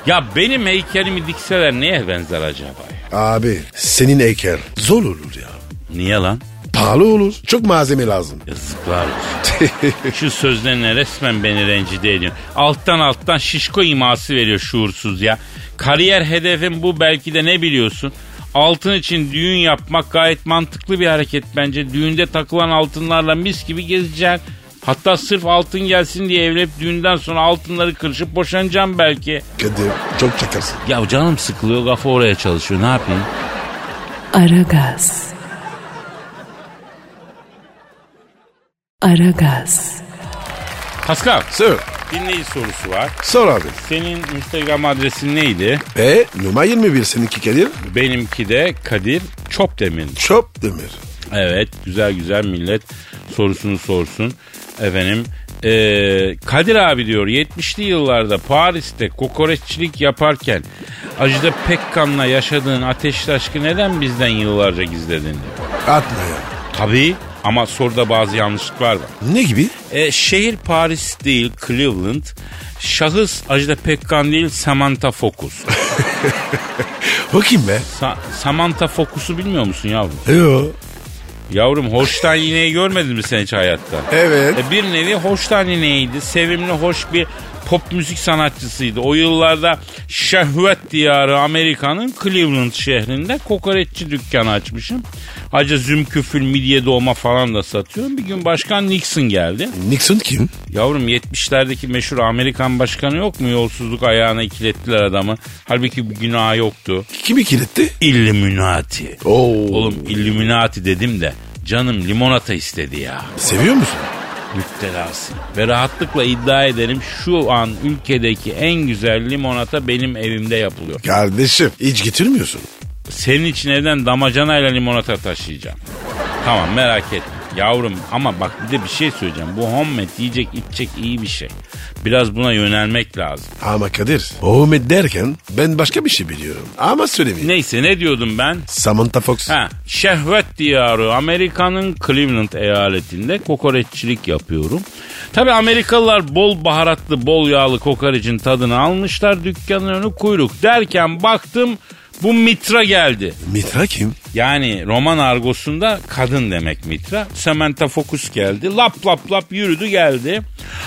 B: Ya benim heykelimi dikseler neye benzer acaba ya?
C: Abi senin heykel zor olur ya.
B: Niye lan?
C: Pahalı olur. Çok malzeme lazım. [laughs]
B: Yazıklar olsun. Şu sözlerine resmen beni rencide ediyor. Alttan alttan şişko iması veriyor şuursuz ya. Kariyer hedefim bu belki de ne biliyorsun? Altın için düğün yapmak gayet mantıklı bir hareket bence. Düğünde takılan altınlarla mis gibi gezeceksin. Hatta sırf altın gelsin diye evlenip düğünden sonra altınları kırışıp boşanacağım belki.
C: Kadir çok çakarsın.
B: Ya canım sıkılıyor kafa oraya çalışıyor ne yapayım?
A: Aragaz. Aragaz.
B: Pascal
C: Sor.
B: dinleyici sorusu var.
C: Sor abi.
B: Senin Instagram adresin neydi?
C: E numara 21 seninki Kadir.
B: Benimki de Kadir Çopdemir.
C: Çöp demir.
B: Evet güzel güzel millet sorusunu sorsun. Efendim eee, Kadir abi diyor 70'li yıllarda Paris'te kokoreççilik yaparken Ajda Pekkan'la yaşadığın ateşli aşkı neden bizden yıllarca gizledin? diyor.
C: Atma ya.
B: Tabii ama soruda bazı yanlışlıklar var.
C: Ne gibi?
B: E, şehir Paris değil Cleveland. Şahıs Ajda Pekkan değil Samantha Fokus.
C: Bakayım be.
B: Sa- Samantha Fokus'u bilmiyor musun yavrum?
C: Yo.
B: Yavrum hoştan iğneyi görmedin mi sen hiç hayatta?
C: Evet.
B: E, bir nevi hoştan iğneydi. Sevimli hoş bir pop müzik sanatçısıydı. O yıllarda şehvet diyarı Amerika'nın Cleveland şehrinde kokoreççi dükkanı açmışım. Ayrıca zümküfül midye dolma falan da satıyorum. Bir gün başkan Nixon geldi.
C: Nixon kim?
B: Yavrum 70'lerdeki meşhur Amerikan başkanı yok mu? Yolsuzluk ayağına ikilettiler adamı. Halbuki bir günah yoktu.
C: Kimi kilitti?
B: Illuminati.
C: Oo.
B: Oğlum Illuminati dedim de canım limonata istedi ya.
C: Seviyor musun?
B: Müptelasın. Ve rahatlıkla iddia ederim şu an ülkedeki en güzel limonata benim evimde yapılıyor.
C: Kardeşim hiç getirmiyorsun.
B: Senin için evden damacanayla limonata taşıyacağım. Tamam merak etme. Yavrum ama bak bir de bir şey söyleyeceğim. Bu homemade yiyecek içecek iyi bir şey. Biraz buna yönelmek lazım.
C: Ama Kadir, Muhammed derken ben başka bir şey biliyorum. Ama söylemeyeyim.
B: Neyse ne diyordum ben?
C: Samantha Fox.
B: Ha, şehvet diyarı Amerika'nın Cleveland eyaletinde kokoreççilik yapıyorum. Tabi Amerikalılar bol baharatlı bol yağlı kokoreçin tadını almışlar dükkanın önü kuyruk derken baktım bu mitra geldi.
C: Mitra kim?
B: Yani roman argosunda kadın demek Mitra. Samantha Fokus geldi. Lap lap lap yürüdü geldi.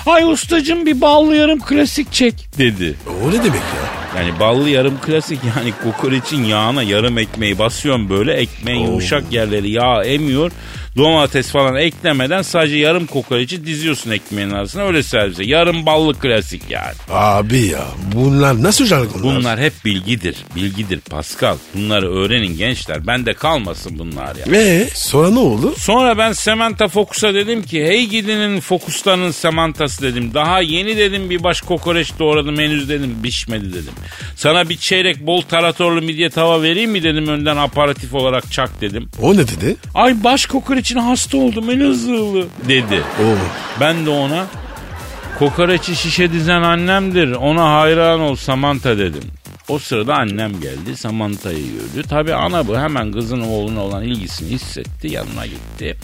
B: Ay ustacım bir ballı yarım klasik çek dedi.
C: O ne demek ya?
B: Yani ballı yarım klasik [laughs] yani kokoreçin yağına yarım ekmeği basıyorsun böyle ekmeğin yumuşak yerleri yağ emiyor. Domates falan eklemeden sadece yarım kokoreçi diziyorsun ekmeğin arasına öyle servise. Yarım ballı klasik yani.
C: Abi ya bunlar nasıl jargonlar?
B: Bunlar hep bilgidir. Bilgidir Pascal. Bunları öğrenin gençler. Bende kalmasın bunlar ya.
C: Ve sonra ne oldu?
B: Sonra ben Samantha Fokus'a dedim ki hey gidinin Fokus'tanın Samantha'sı dedim. Daha yeni dedim bir baş kokoreç doğradım henüz dedim pişmedi dedim. Sana bir çeyrek bol taratorlu midye tava vereyim mi dedim önden aparatif olarak çak dedim.
C: O ne dedi?
B: Ay baş kokoreçine hasta oldum Elazığlı dedi.
C: O
B: Ben de ona kokoreçi şişe dizen annemdir ona hayran ol Samantha dedim. O sırada annem geldi Samantha'yı gördü. Tabi ana bu hemen kızın oğluna olan ilgisini hissetti yanına gitti.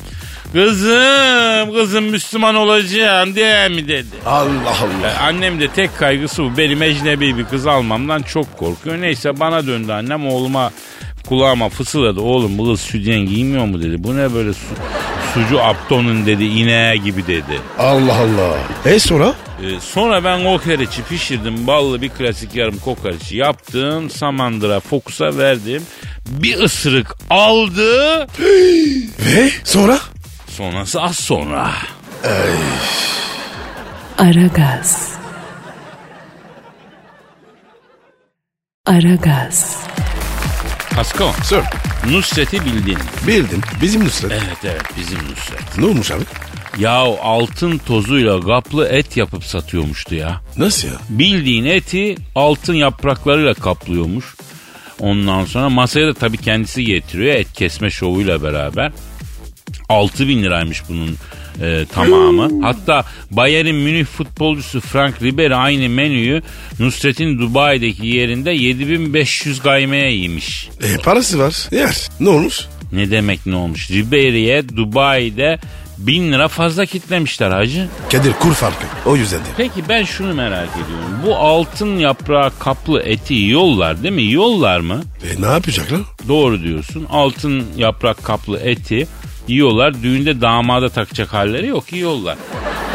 B: Kızım kızım Müslüman olacaksın değil mi dedi.
C: Allah
B: E,
C: Allah.
B: Annem de tek kaygısı bu. Benim ecnebi bir kız almamdan çok korkuyor. Neyse bana döndü annem oğluma kulağıma fısıldadı. Oğlum bu kız sütyen giymiyor mu dedi. Bu ne böyle su, sucu aptonun dedi ineğe gibi dedi.
C: Allah Allah. E sonra?
B: Ee, sonra ben kokoreçi pişirdim. Ballı bir klasik yarım kokoreçi yaptım. Samandıra fokusa verdim. Bir ısırık aldı.
C: Ve sonra?
B: Sonrası az sonra.
A: Aragaz. Aragaz.
B: Pasko.
C: Sir.
B: Nusret'i bildin.
C: Bildim. Bizim Nusret.
B: Evet evet bizim Nusret.
C: Ne olmuş abi?
B: Yahu altın tozuyla gaplı et yapıp satıyormuştu ya.
C: Nasıl ya?
B: Bildiğin eti altın yapraklarıyla kaplıyormuş. Ondan sonra masaya da tabii kendisi getiriyor et kesme şovuyla beraber. 6 bin liraymış bunun e, tamamı. Hatta Bayern'in Münih futbolcusu Frank Ribery aynı menüyü Nusret'in Dubai'deki yerinde 7500 gaymeye yemiş.
C: E, parası var. Yer. Ne olmuş?
B: Ne demek ne olmuş? Ribery'e Dubai'de 1000 lira fazla kitlemişler hacı.
C: Kadir kur farkı. O yüzden de.
B: Peki ben şunu merak ediyorum. Bu altın yaprağı kaplı eti yiyorlar değil mi? Yiyorlar mı?
C: E, ne yapacaklar?
B: Doğru diyorsun. Altın yaprak kaplı eti yiyorlar. Düğünde damada takacak halleri yok yiyorlar.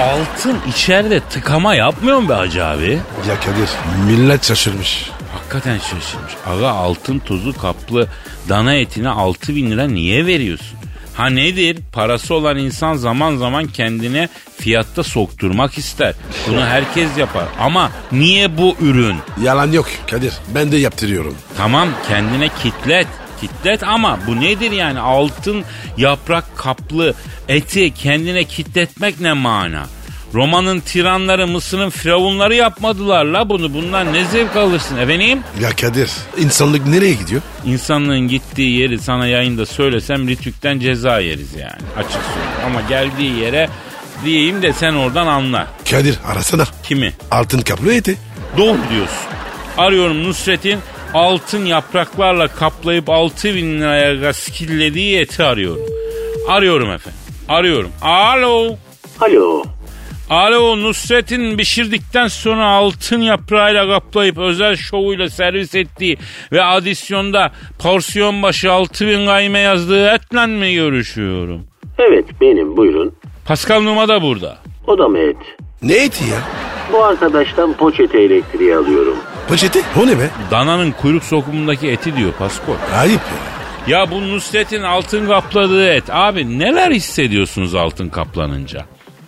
B: Altın içeride tıkama yapmıyor mu be hacı abi?
C: Ya Kadir millet şaşırmış.
B: Hakikaten şaşırmış. Aga altın tozu kaplı dana etine 6 bin lira niye veriyorsun? Ha nedir? Parası olan insan zaman zaman kendine fiyatta sokturmak ister. Bunu herkes yapar. Ama niye bu ürün?
C: Yalan yok Kadir. Ben de yaptırıyorum.
B: Tamam kendine kitlet. Kitlet ama bu nedir yani altın yaprak kaplı eti kendine kitletmek ne mana? Roma'nın tiranları, Mısır'ın firavunları yapmadılar la bunu. Bundan ne zevk alırsın efendim?
C: Ya Kadir insanlık nereye gidiyor?
B: İnsanlığın gittiği yeri sana yayında söylesem Ritük'ten ceza yeriz yani açık söyleyeyim. Ama geldiği yere diyeyim de sen oradan anla.
C: Kadir arasana.
B: Kimi?
C: Altın kaplı eti.
B: Doğru diyorsun. Arıyorum Nusret'in altın yapraklarla kaplayıp 6 bin liraya skillediği eti arıyorum. Arıyorum efendim. Arıyorum. Alo.
E: Alo.
B: Alo Nusret'in pişirdikten sonra altın yaprağıyla kaplayıp özel şovuyla servis ettiği ve adisyonda porsiyon başı 6000 gayme yazdığı etle mi görüşüyorum?
E: Evet benim buyurun.
B: Pascal Numa da burada.
E: O da mı et?
C: Ne eti ya?
E: Bu arkadaştan poçete elektriği alıyorum.
C: Poşeti? O ne be?
B: Dananın kuyruk sokumundaki eti diyor Pasko.
C: Ayıp ya.
B: Ya bu Nusret'in altın kapladığı et. Abi neler hissediyorsunuz altın kaplanınca?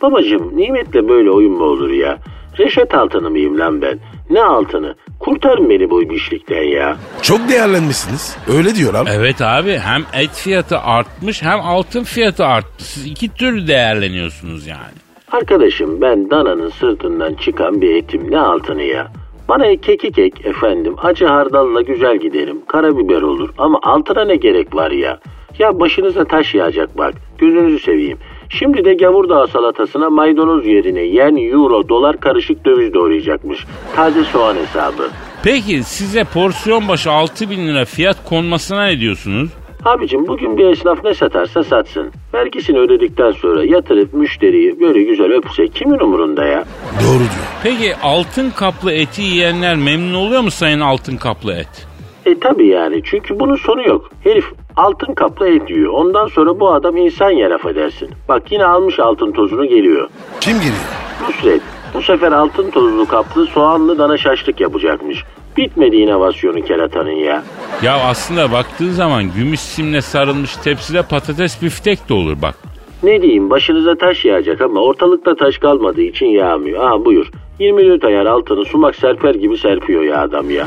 E: Babacım nimetle böyle oyun mu olur ya? Reşet altını mıyım lan ben? Ne altını? Kurtarın beni bu işlikten ya.
C: Çok değerlenmişsiniz. Öyle diyorlar.
B: Evet abi hem et fiyatı artmış hem altın fiyatı artmış. Siz iki türlü değerleniyorsunuz yani.
E: Arkadaşım ben dananın sırtından çıkan bir etim ne altını ya. Bana kekik ek efendim acı hardalla güzel giderim karabiber olur ama altına ne gerek var ya. Ya başınıza taş yağacak bak gözünüzü seveyim. Şimdi de gavurdağ salatasına maydanoz yerine yen euro dolar karışık döviz doğrayacakmış. Taze soğan hesabı.
B: Peki size porsiyon başı 6000 bin lira fiyat konmasına ne diyorsunuz?
E: Abicim bugün bir esnaf ne satarsa satsın. Vergisini ödedikten sonra yatırıp müşteriyi böyle güzel öpse kimin umurunda ya?
C: Doğru diyor.
B: Peki altın kaplı eti yiyenler memnun oluyor mu sayın altın kaplı et?
E: E tabi yani çünkü bunun sonu yok. Herif altın kaplı et yiyor. Ondan sonra bu adam insan ya laf edersin. Bak yine almış altın tozunu geliyor.
C: Kim geliyor?
E: Nusret bu sefer altın tozlu kaplı soğanlı dana şaşlık yapacakmış. Bitmedi inovasyonu keratanın ya.
B: Ya aslında baktığın zaman gümüş simle sarılmış tepside patates biftek de olur bak.
E: Ne diyeyim başınıza taş yağacak ama ortalıkta taş kalmadığı için yağmıyor. Aha buyur. 24 ayar altını sumak serper gibi serpiyor ya adam ya.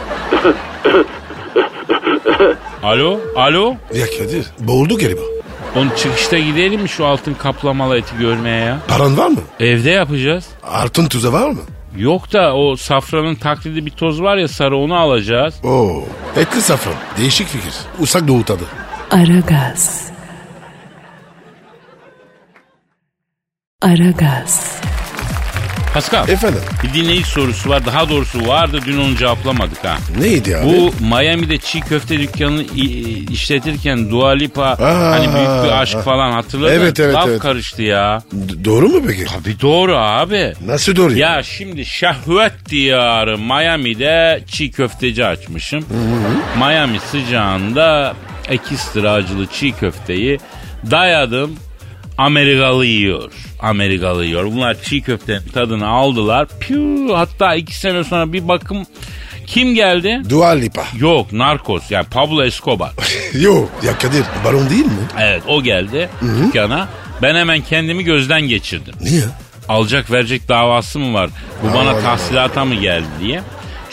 E: [laughs]
B: Alo, alo.
C: Ya Kadir boğuldu galiba.
B: Onun çıkışta gidelim mi şu altın kaplamalı eti görmeye ya?
C: Paran var mı?
B: Evde yapacağız.
C: Altın tuza var mı?
B: Yok da o safranın taklidi bir toz var ya sarı onu alacağız.
C: Oo. Etli safran. Değişik fikir. Usak Doğu tadı.
A: Aragaz. Aragaz.
B: Pascal
C: Efendim
B: bir dinleyici sorusu var daha doğrusu vardı dün onu cevaplamadık ha.
C: neydi ya?
B: Bu Miami'de çiğ köfte dükkanını i- işletirken Dua Lipa hani büyük bir aşk falan hatırladın.
C: Evet, evet,
B: Laf
C: evet.
B: karıştı ya.
C: D- doğru mu peki?
B: Tabii doğru abi.
C: Nasıl doğru ya?
B: Ya şimdi şehvet diyarı Miami'de çiğ köfteci açmışım. Miami sıcağında ekstra acılı çiğ köfteyi dayadım. Amerikalı yiyor. Amerikalı yiyor. Bunlar çiğ köftenin tadını aldılar. Piu, hatta iki sene sonra bir bakım kim geldi?
C: Dua Lipa. [laughs]
B: Yok Narcos yani Pablo Escobar.
C: Yok ya Kadir baron değil mi?
B: Evet o geldi dükkana. Ben hemen kendimi gözden geçirdim.
C: Niye?
B: alacak verecek davası mı var? Bu
C: Aman
B: bana
C: aman.
B: tahsilata mı geldi diye.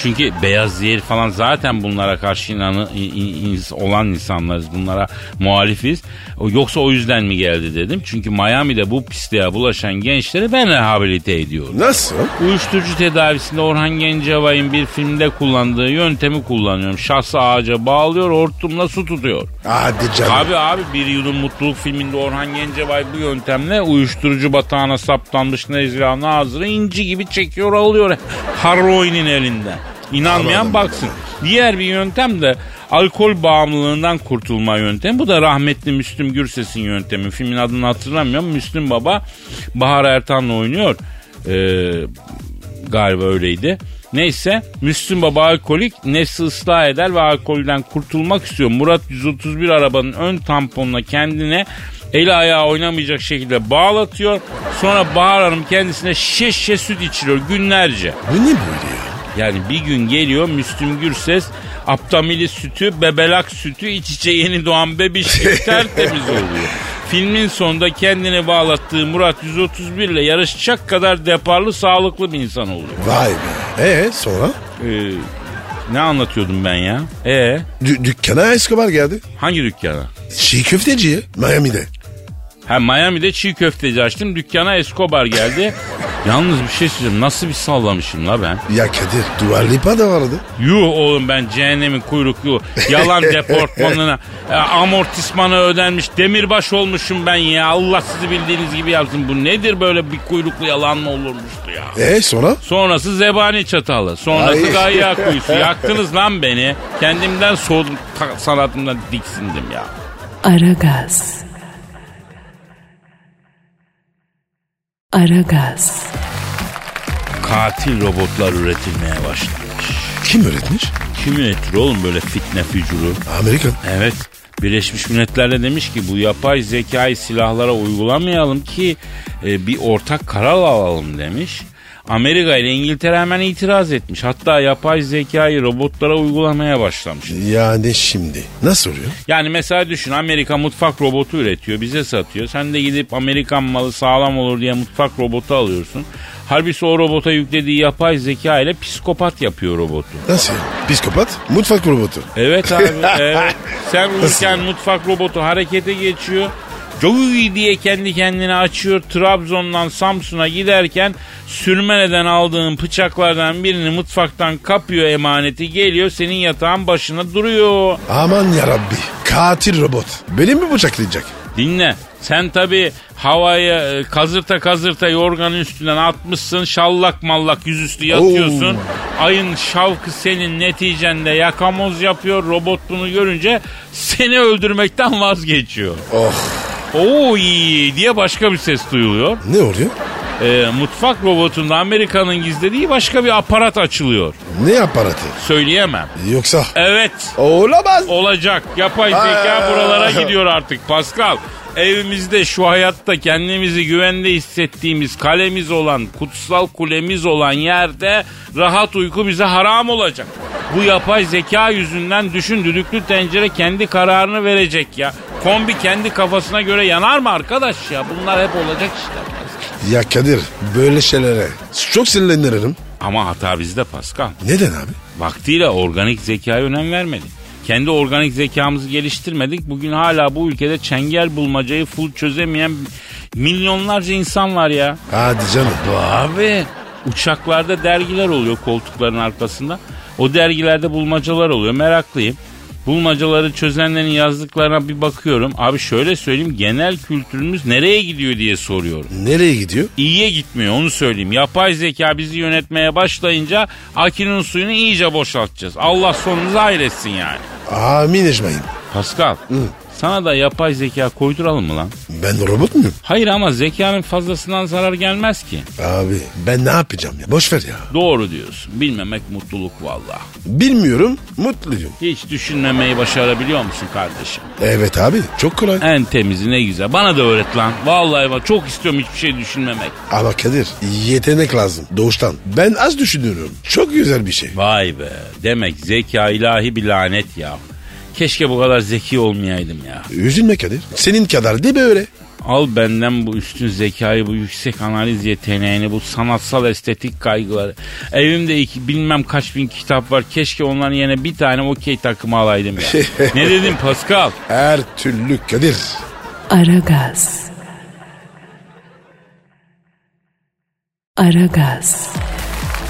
B: Çünkü beyaz yer falan zaten bunlara karşı inanı, in- in- ins- olan insanlarız. Bunlara muhalifiz. O- Yoksa o yüzden mi geldi dedim. Çünkü Miami'de bu pisliğe bulaşan gençleri ben rehabilite ediyorum.
C: Nasıl?
B: Uyuşturucu tedavisinde Orhan Gencebay'ın bir filmde kullandığı yöntemi kullanıyorum. Şahsı ağaca bağlıyor, hortumla su tutuyor.
C: Hadi canım.
B: Abi abi bir yudum mutluluk filminde Orhan Gencebay bu yöntemle uyuşturucu batağına saplanmış Nezra Nazır'ı inci gibi çekiyor alıyor [laughs] Harroin'in elinden. İnanmayan
C: Anladım,
B: baksın. Diğer bir yöntem de alkol bağımlılığından kurtulma yöntemi. Bu da rahmetli Müslüm Gürses'in yöntemi. Filmin adını hatırlamıyorum. Müslüm Baba Bahar Ertan'la oynuyor. Ee, galiba öyleydi. Neyse Müslüm Baba alkolik nefsi ıslah eder ve alkolden kurtulmak istiyor. Murat 131 arabanın ön tamponuna kendine eli ayağı oynamayacak şekilde bağlatıyor. Sonra Bahar Hanım kendisine şişe süt içiriyor günlerce.
C: Bu ne böyle ya?
B: Yani bir gün geliyor Müslüm Gürses Aptamili sütü, bebelak sütü, iç içe yeni doğan bebiş gibi tertemiz oluyor. Filmin sonunda kendini bağlattığı Murat 131 ile yarışacak kadar deparlı sağlıklı bir insan oluyor.
C: Vay be. Ee sonra?
B: Ee, ne anlatıyordum ben ya? E
C: Dü- dükkana Escobar geldi.
B: hangi dükkana?
C: Çiğ köfteciye Miami'de.
B: Ha Miami'de çiğ köfteci açtım. Dükkana Escobar geldi. [laughs] Yalnız bir şey söyleyeceğim. Nasıl bir sallamışım la ben?
C: Ya Kadir Dua Lipa da vardı.
B: Yuh oğlum ben cehennemin kuyruklu yalan deportmanına e, amortismanı ödenmiş demirbaş olmuşum ben ya. Allah sizi bildiğiniz gibi yapsın. Bu nedir böyle bir kuyruklu yalan mı olurmuştu ya?
C: Ee sonra?
B: Sonrası zebani çatalı. Sonrası
C: Ay.
B: gayya kuyusu. Yaktınız lan beni. Kendimden soğudum. ta- Sanatımdan diksindim ya.
A: Aragaz. Aragaz.
B: katil robotlar üretilmeye başlamış.
C: Kim öğretmiş?
B: Kim üretir oğlum böyle fitne fücuru?
C: Amerikan.
B: Evet. Birleşmiş Milletler de demiş ki bu yapay zekayı silahlara uygulamayalım ki e, bir ortak karar alalım demiş. Amerika ile İngiltere hemen itiraz etmiş. Hatta yapay zekayı robotlara uygulamaya başlamış.
C: Yani şimdi nasıl oluyor?
B: Yani mesela düşün Amerika mutfak robotu üretiyor bize satıyor. Sen de gidip Amerikan malı sağlam olur diye mutfak robotu alıyorsun. Halbuki o robota yüklediği yapay zeka ile psikopat yapıyor robotu.
C: Nasıl? Psikopat mutfak robotu.
B: Evet abi evet. Sen uyurken mutfak robotu harekete geçiyor. Joey diye kendi kendine açıyor. Trabzon'dan Samsun'a giderken sürmeneden aldığın bıçaklardan birini mutfaktan kapıyor emaneti geliyor senin yatağın başına duruyor.
C: Aman yarabbi. Katil robot. Beni mi bıçaklayacak?
B: Dinle. Sen tabi havaya e, kazırta kazırta yorganın üstünden atmışsın. Şallak mallak yüzüstü yatıyorsun. Ayın şavkı senin neticende yakamoz yapıyor. Robot bunu görünce seni öldürmekten vazgeçiyor.
C: Oh.
B: Oo iyi diye başka bir ses duyuluyor.
C: Ne oluyor?
B: E, mutfak robotunda Amerika'nın gizlediği başka bir aparat açılıyor.
C: Ne aparatı?
B: Söyleyemem.
C: Yoksa...
B: Evet
C: Olamaz.
B: olacak. Yapay zeka
C: Aa.
B: buralara gidiyor artık Pascal. Evimizde şu hayatta kendimizi güvende hissettiğimiz kalemiz olan, kutsal kulemiz olan yerde rahat uyku bize haram olacak. Bu yapay zeka yüzünden düşün düdüklü tencere kendi kararını verecek ya. Kombi kendi kafasına göre yanar mı arkadaş ya? Bunlar hep olacak işte.
C: Ya Kadir böyle şeylere çok sinirlenirim.
B: Ama hata bizde Pascal.
C: Neden abi?
B: Vaktiyle organik zekaya önem vermedik. Kendi organik zekamızı geliştirmedik. Bugün hala bu ülkede çengel bulmacayı full çözemeyen milyonlarca insan var ya.
C: Hadi canım.
B: Abi uçaklarda dergiler oluyor koltukların arkasında. O dergilerde bulmacalar oluyor meraklıyım. Bulmacaları çözenlerin yazdıklarına bir bakıyorum. Abi şöyle söyleyeyim genel kültürümüz nereye gidiyor diye soruyorum
C: Nereye gidiyor?
B: iyiye gitmiyor onu söyleyeyim. Yapay zeka bizi yönetmeye başlayınca akünün suyunu iyice boşaltacağız. Allah sonunuzu hayretsin yani.
C: Amin ecmain.
B: Pascal sana da yapay zeka koyduralım mı lan?
C: Ben robot muyum?
B: Hayır ama zekanın fazlasından zarar gelmez ki.
C: Abi ben ne yapacağım ya? Boş ver ya.
B: Doğru diyorsun. Bilmemek mutluluk valla.
C: Bilmiyorum. Mutluyum.
B: Hiç düşünmemeyi başarabiliyor musun kardeşim?
C: Evet abi çok kolay.
B: En temizi ne güzel. Bana da öğret lan. Vallahi bak çok istiyorum hiçbir şey düşünmemek.
C: Ama Kadir yetenek lazım doğuştan. Ben az düşünüyorum. Çok güzel bir şey.
B: Vay be. Demek zeka ilahi bir lanet ya. Keşke bu kadar zeki olmayaydım ya.
C: Üzülme Kadir. Senin kadar değil böyle.
B: Al benden bu üstün zekayı, bu yüksek analiz yeteneğini, bu sanatsal estetik kaygıları. Evimde iki, bilmem kaç bin kitap var. Keşke onların yerine bir tane okey takımı alaydım ya. ne dedim Pascal?
C: Her türlü Kadir.
A: Aragaz. Aragaz.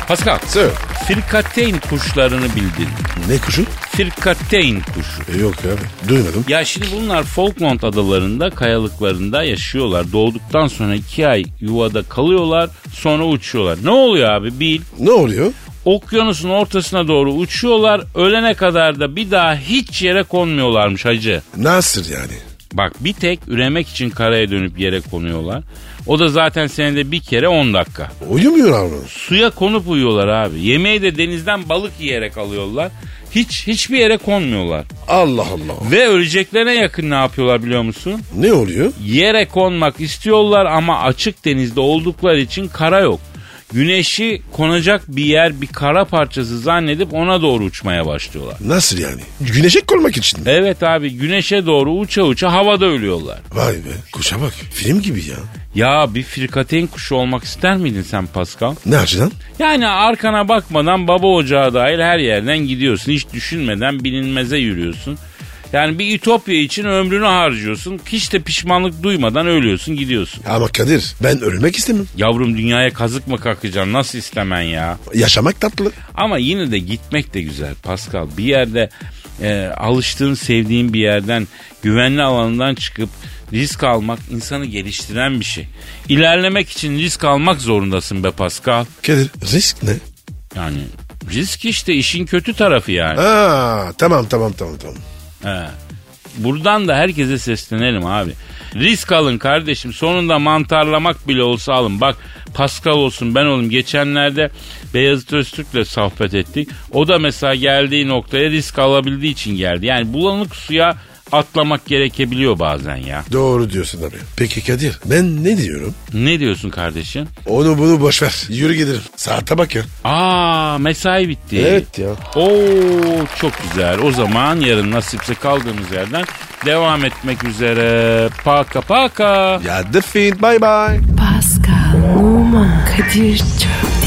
B: Pascal,
C: Sir.
B: firkateyn kuşlarını bildin.
C: Ne kuşu?
B: Firkateyn kuşu.
C: E, yok abi duymadım.
B: Ya şimdi bunlar Falkland adalarında kayalıklarında yaşıyorlar. Doğduktan sonra iki ay yuvada kalıyorlar sonra uçuyorlar. Ne oluyor abi bil.
C: Ne oluyor?
B: Okyanusun ortasına doğru uçuyorlar. Ölene kadar da bir daha hiç yere konmuyorlarmış hacı.
C: Nasıl yani?
B: Bak bir tek üremek için karaya dönüp yere konuyorlar. O da zaten senede bir kere 10 dakika.
C: Uyumuyorlar mı?
B: Suya konup uyuyorlar abi. Yemeği de denizden balık yiyerek alıyorlar. Hiç hiçbir yere konmuyorlar.
C: Allah Allah.
B: Ve öleceklerine yakın ne yapıyorlar biliyor musun?
C: Ne oluyor?
B: Yere konmak istiyorlar ama açık denizde oldukları için kara yok. Güneşi konacak bir yer bir kara parçası zannedip ona doğru uçmaya başlıyorlar.
C: Nasıl yani? Güneşe koymak için mi?
B: Evet abi güneşe doğru uça uça havada ölüyorlar.
C: Vay be kuşa bak. Film gibi ya.
B: Ya bir frikateyn kuşu olmak ister miydin sen Pascal?
C: Ne açıdan?
B: Yani arkana bakmadan baba ocağı dahil her yerden gidiyorsun. Hiç düşünmeden bilinmeze yürüyorsun. Yani bir ütopya için ömrünü harcıyorsun. Hiç de pişmanlık duymadan ölüyorsun gidiyorsun.
C: Ama Kadir ben ölmek istemem.
B: Yavrum dünyaya kazık mı kalkacaksın nasıl istemen ya?
C: Yaşamak tatlı.
B: Ama yine de gitmek de güzel Pascal. Bir yerde e, alıştığın, sevdiğin bir yerden, güvenli alanından çıkıp risk almak insanı geliştiren bir şey. İlerlemek için risk almak zorundasın be Pascal.
C: Kadir risk ne?
B: Yani risk işte işin kötü tarafı yani.
C: Aa, tamam tamam tamam tamam.
B: He. Buradan da herkese seslenelim abi. Risk alın kardeşim. Sonunda mantarlamak bile olsa alın. Bak Pascal olsun ben oğlum. Geçenlerde Beyazıt Öztürk'le sohbet ettik. O da mesela geldiği noktaya risk alabildiği için geldi. Yani bulanık suya atlamak gerekebiliyor bazen ya.
C: Doğru diyorsun abi. Peki Kadir ben ne diyorum?
B: Ne diyorsun kardeşim?
C: Onu bunu boş ver. Yürü gidelim. Saate bak ya.
B: Aa mesai bitti.
C: Evet ya.
B: Oo çok güzel. O zaman yarın nasipse kaldığımız yerden devam etmek üzere. Paka paka.
C: Ya defeat bye bye.
A: Pascal, Oman, Kadir çok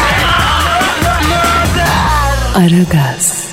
A: Aragaz.